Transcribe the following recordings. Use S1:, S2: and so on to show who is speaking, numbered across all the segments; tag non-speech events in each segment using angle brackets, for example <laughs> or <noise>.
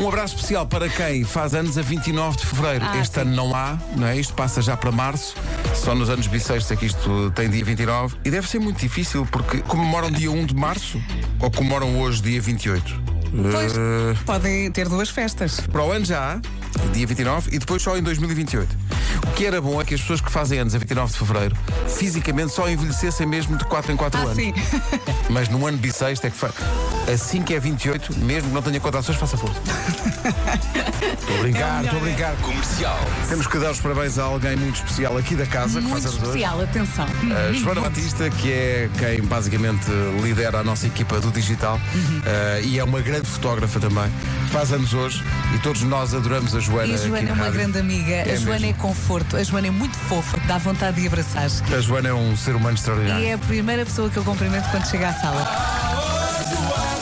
S1: Um abraço especial para quem faz anos a 29 de fevereiro.
S2: Ah,
S1: este
S2: sim.
S1: ano não há, não é? Isto passa já para março. Só nos anos bissextos é que isto tem dia 29. E deve ser muito difícil porque comemoram dia 1 de março ou comemoram hoje dia 28?
S2: Pois,
S1: Eh,
S2: podem ter duas festas.
S1: para o ano já há, dia 29, e depois só em 2028. O que era bom é que as pessoas que fazem anos a 29 de fevereiro fisicamente só envelhecessem mesmo de 4 em 4
S2: Ah,
S1: anos.
S2: sim.
S1: Mas no ano bissexto é que faz. Assim que é 28, mesmo que não tenha contrações, faça
S2: <laughs>
S1: força. Estou a
S2: É
S1: brincar, estou a brincar.
S3: Comercial.
S1: Temos que dar os parabéns a alguém muito especial aqui da casa, que
S2: Muito
S1: faz anos hoje.
S2: especial, atenção.
S1: A Joana Batista, que é quem basicamente lidera a nossa equipa do digital
S2: Uhum.
S1: eh, e é uma grande fotógrafa também. Faz anos hoje e todos nós adoramos a Joana.
S2: E a
S1: aqui
S2: Joana
S1: na
S2: é uma
S1: rádio.
S2: grande amiga,
S1: É
S2: a Joana
S1: mesmo.
S2: é conforto, a Joana é muito fofa, dá vontade de abraçar.
S1: A Joana é um ser humano
S2: E
S1: extraordinário.
S2: é a primeira pessoa que eu cumprimento quando chega à sala. É.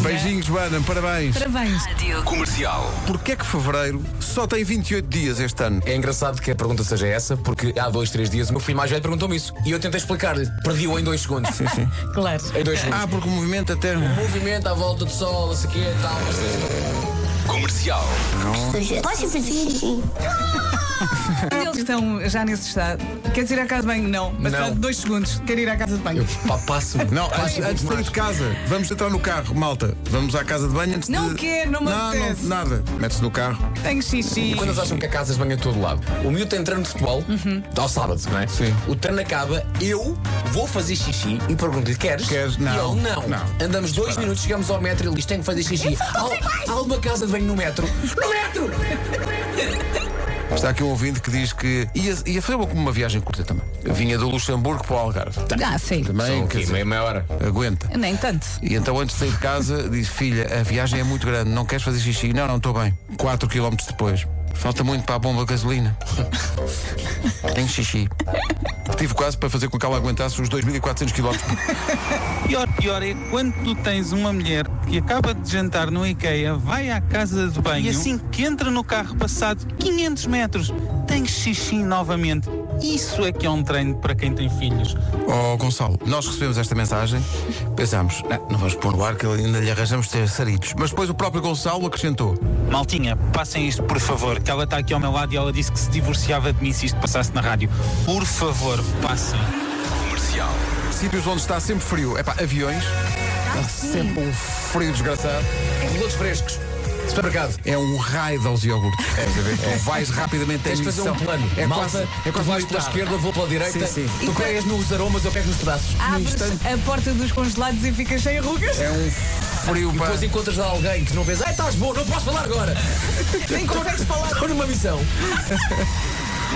S1: Beijinhos, Joana, parabéns.
S2: Parabéns.
S3: Comercial.
S1: Porquê é que fevereiro só tem 28 dias este ano?
S4: É engraçado que a pergunta seja essa, porque há dois, três dias o meu filho mais velho perguntou-me isso. E eu tentei explicar-lhe. Perdi-o em dois segundos.
S2: Claro.
S4: em dois segundos.
S1: Ah, porque o movimento até.
S4: Movimento à volta do sol, não sei o quê, tal.
S3: Comercial.
S5: Pode fazer xixi?
S2: Eles estão já nesse estado. Queres ir à casa de banho? Não. Passado
S4: Não.
S2: dois segundos, quero ir à casa de banho.
S4: Pá, passo.
S1: Não,
S2: Então,
S1: antes, antes de sair de casa, vamos entrar no carro, malta. Vamos à casa de banho antes de.
S2: Não quero, não me
S1: não,
S2: apetece.
S1: nada. Mete-se no carro.
S2: Tenho xixi.
S4: Quando eles acham que a casa se banha de todo lado, o miúdo tem treino de futebol ao sábado, não é?
S1: Sim.
S4: O treino acaba, eu vou fazer xixi e pergunto-lhe: queres?
S1: Queres?
S4: E
S1: Não.
S4: ele, não.
S1: Não.
S4: Andamos dois minutos, chegamos ao metro e ele diz: tenho que fazer xixi. Há, há uma casa de banho no metro. No metro!
S1: Está aqui um ouvinte que diz que. Ia, ia fazer como uma viagem curta também. Vinha do Luxemburgo para o Algarve.
S2: Ah, sim.
S4: um
S1: Também, quer dizer,
S4: meia hora.
S1: aguenta.
S2: Nem tanto.
S1: E então, antes de sair de casa, diz: Filha, a viagem é muito grande, não queres fazer xixi? Não, não, estou bem. 4 km depois. Falta muito para a bomba de gasolina. <laughs> Tenho xixi. Tive quase para fazer com que ela aguentasse os 2.400 km.
S6: Pior, pior é quando tu tens uma mulher que acaba de jantar no IKEA, vai à casa de banho e assim que entra no carro passado 500 metros, tem xixi novamente. Isso é que é um treino para quem tem filhos.
S1: Oh, Gonçalo, nós recebemos esta mensagem, pensámos, não, não vamos pôr no ar que ainda lhe arranjamos ter saritos. Mas depois o próprio Gonçalo acrescentou:
S6: Maltinha, passem isto por favor, que ela está aqui ao meu lado e ela disse que se divorciava de mim se isto passasse na rádio. Por favor, passem.
S3: Comercial.
S1: sítios onde está sempre frio. É pá, aviões.
S4: Ah,
S1: Há sempre um frio desgraçado.
S4: Pilotos frescos. Supermercado.
S1: É um raio aos
S4: <laughs>
S1: iogurtes. Estás a ver? Tu vais rapidamente
S4: É, Tens
S1: a
S4: de fazer um
S1: emissão.
S4: plano.
S1: É
S4: Malta,
S1: quase, é quase
S4: tu vais pela
S1: militar.
S4: esquerda, um eu vou pela direita.
S1: Sim, sim.
S4: Tu pegas nos aromas, eu pego nos pedaços.
S2: Abres a porta dos congelados e fica cheia de rugas.
S1: É um frio pá.
S4: Depois é encontras lá alguém que não vês. Ai, estás bom, não posso falar <laughs> agora.
S2: Nem consegues falar.
S4: Estou numa missão.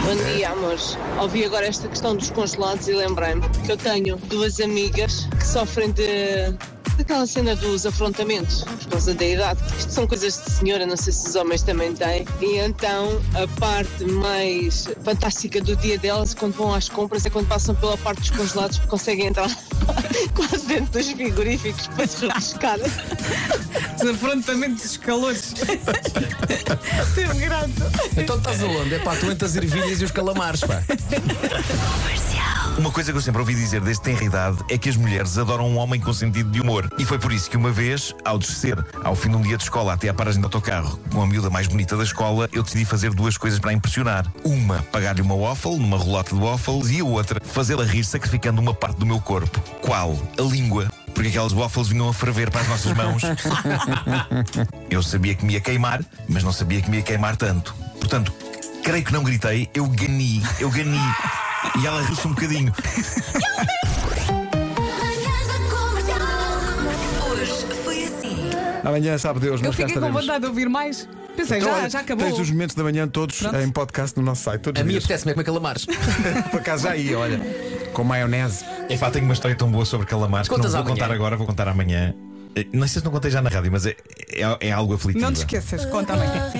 S7: Bom dia, amores. Ouvi agora esta questão dos congelados e lembrei-me que eu tenho duas amigas que sofrem de daquela cena dos afrontamentos por causa da idade. Isto são coisas de senhora, não sei se os homens também têm. E então a parte mais fantástica do dia delas, quando vão às compras, é quando passam pela parte dos congelados porque conseguem entrar <laughs> quase dentro dos frigoríficos para se refrescar.
S2: Desafrontamento dos
S1: <laughs>
S2: calores. Teve graça.
S4: Então estás aonde? É pá, tu entre as ervilhas e os calamares, pá.
S8: Uma coisa que eu sempre ouvi dizer desde tenra idade é que as mulheres adoram um homem com sentido de humor. E foi por isso que uma vez, ao descer, ao fim de um dia de escola até à paragem do autocarro, com a miúda mais bonita da escola, eu decidi fazer duas coisas para a impressionar. Uma, pagar-lhe uma waffle, numa rolota de waffles, e a outra, fazê-la rir sacrificando uma parte do meu corpo. Qual? A língua. Porque aquelas waffles vinham a ferver para as nossas mãos. Eu sabia que me ia queimar, mas não sabia que me ia queimar tanto. Portanto, creio que não gritei, eu gani, eu gani. E ela riu-se um bocadinho.
S5: Manhãs da comercial. Hoje foi assim.
S1: <laughs> Amanhã, sabe Deus, mas
S2: Eu
S1: cá
S2: fiquei com
S1: estaremos.
S2: vontade de ouvir mais. Pensei,
S1: Então,
S2: já,
S1: olha,
S2: já acabou.
S1: Tens os momentos da manhã todos
S2: Pronto.
S1: em podcast no nosso site. Todos
S4: A
S1: os
S4: minha
S1: dias.
S4: apetece-me é comer calamares.
S1: Por acaso já aí, olha. Com maionese.
S8: Epá, É tenho uma história tão boa sobre calamares que não
S4: Contas
S8: vou
S4: amanhã.
S8: contar agora, vou contar amanhã. Eh, Não sei se não contei já na rádio, mas é, é, é algo aflitivo.
S2: Não te esqueças, conta amanhã.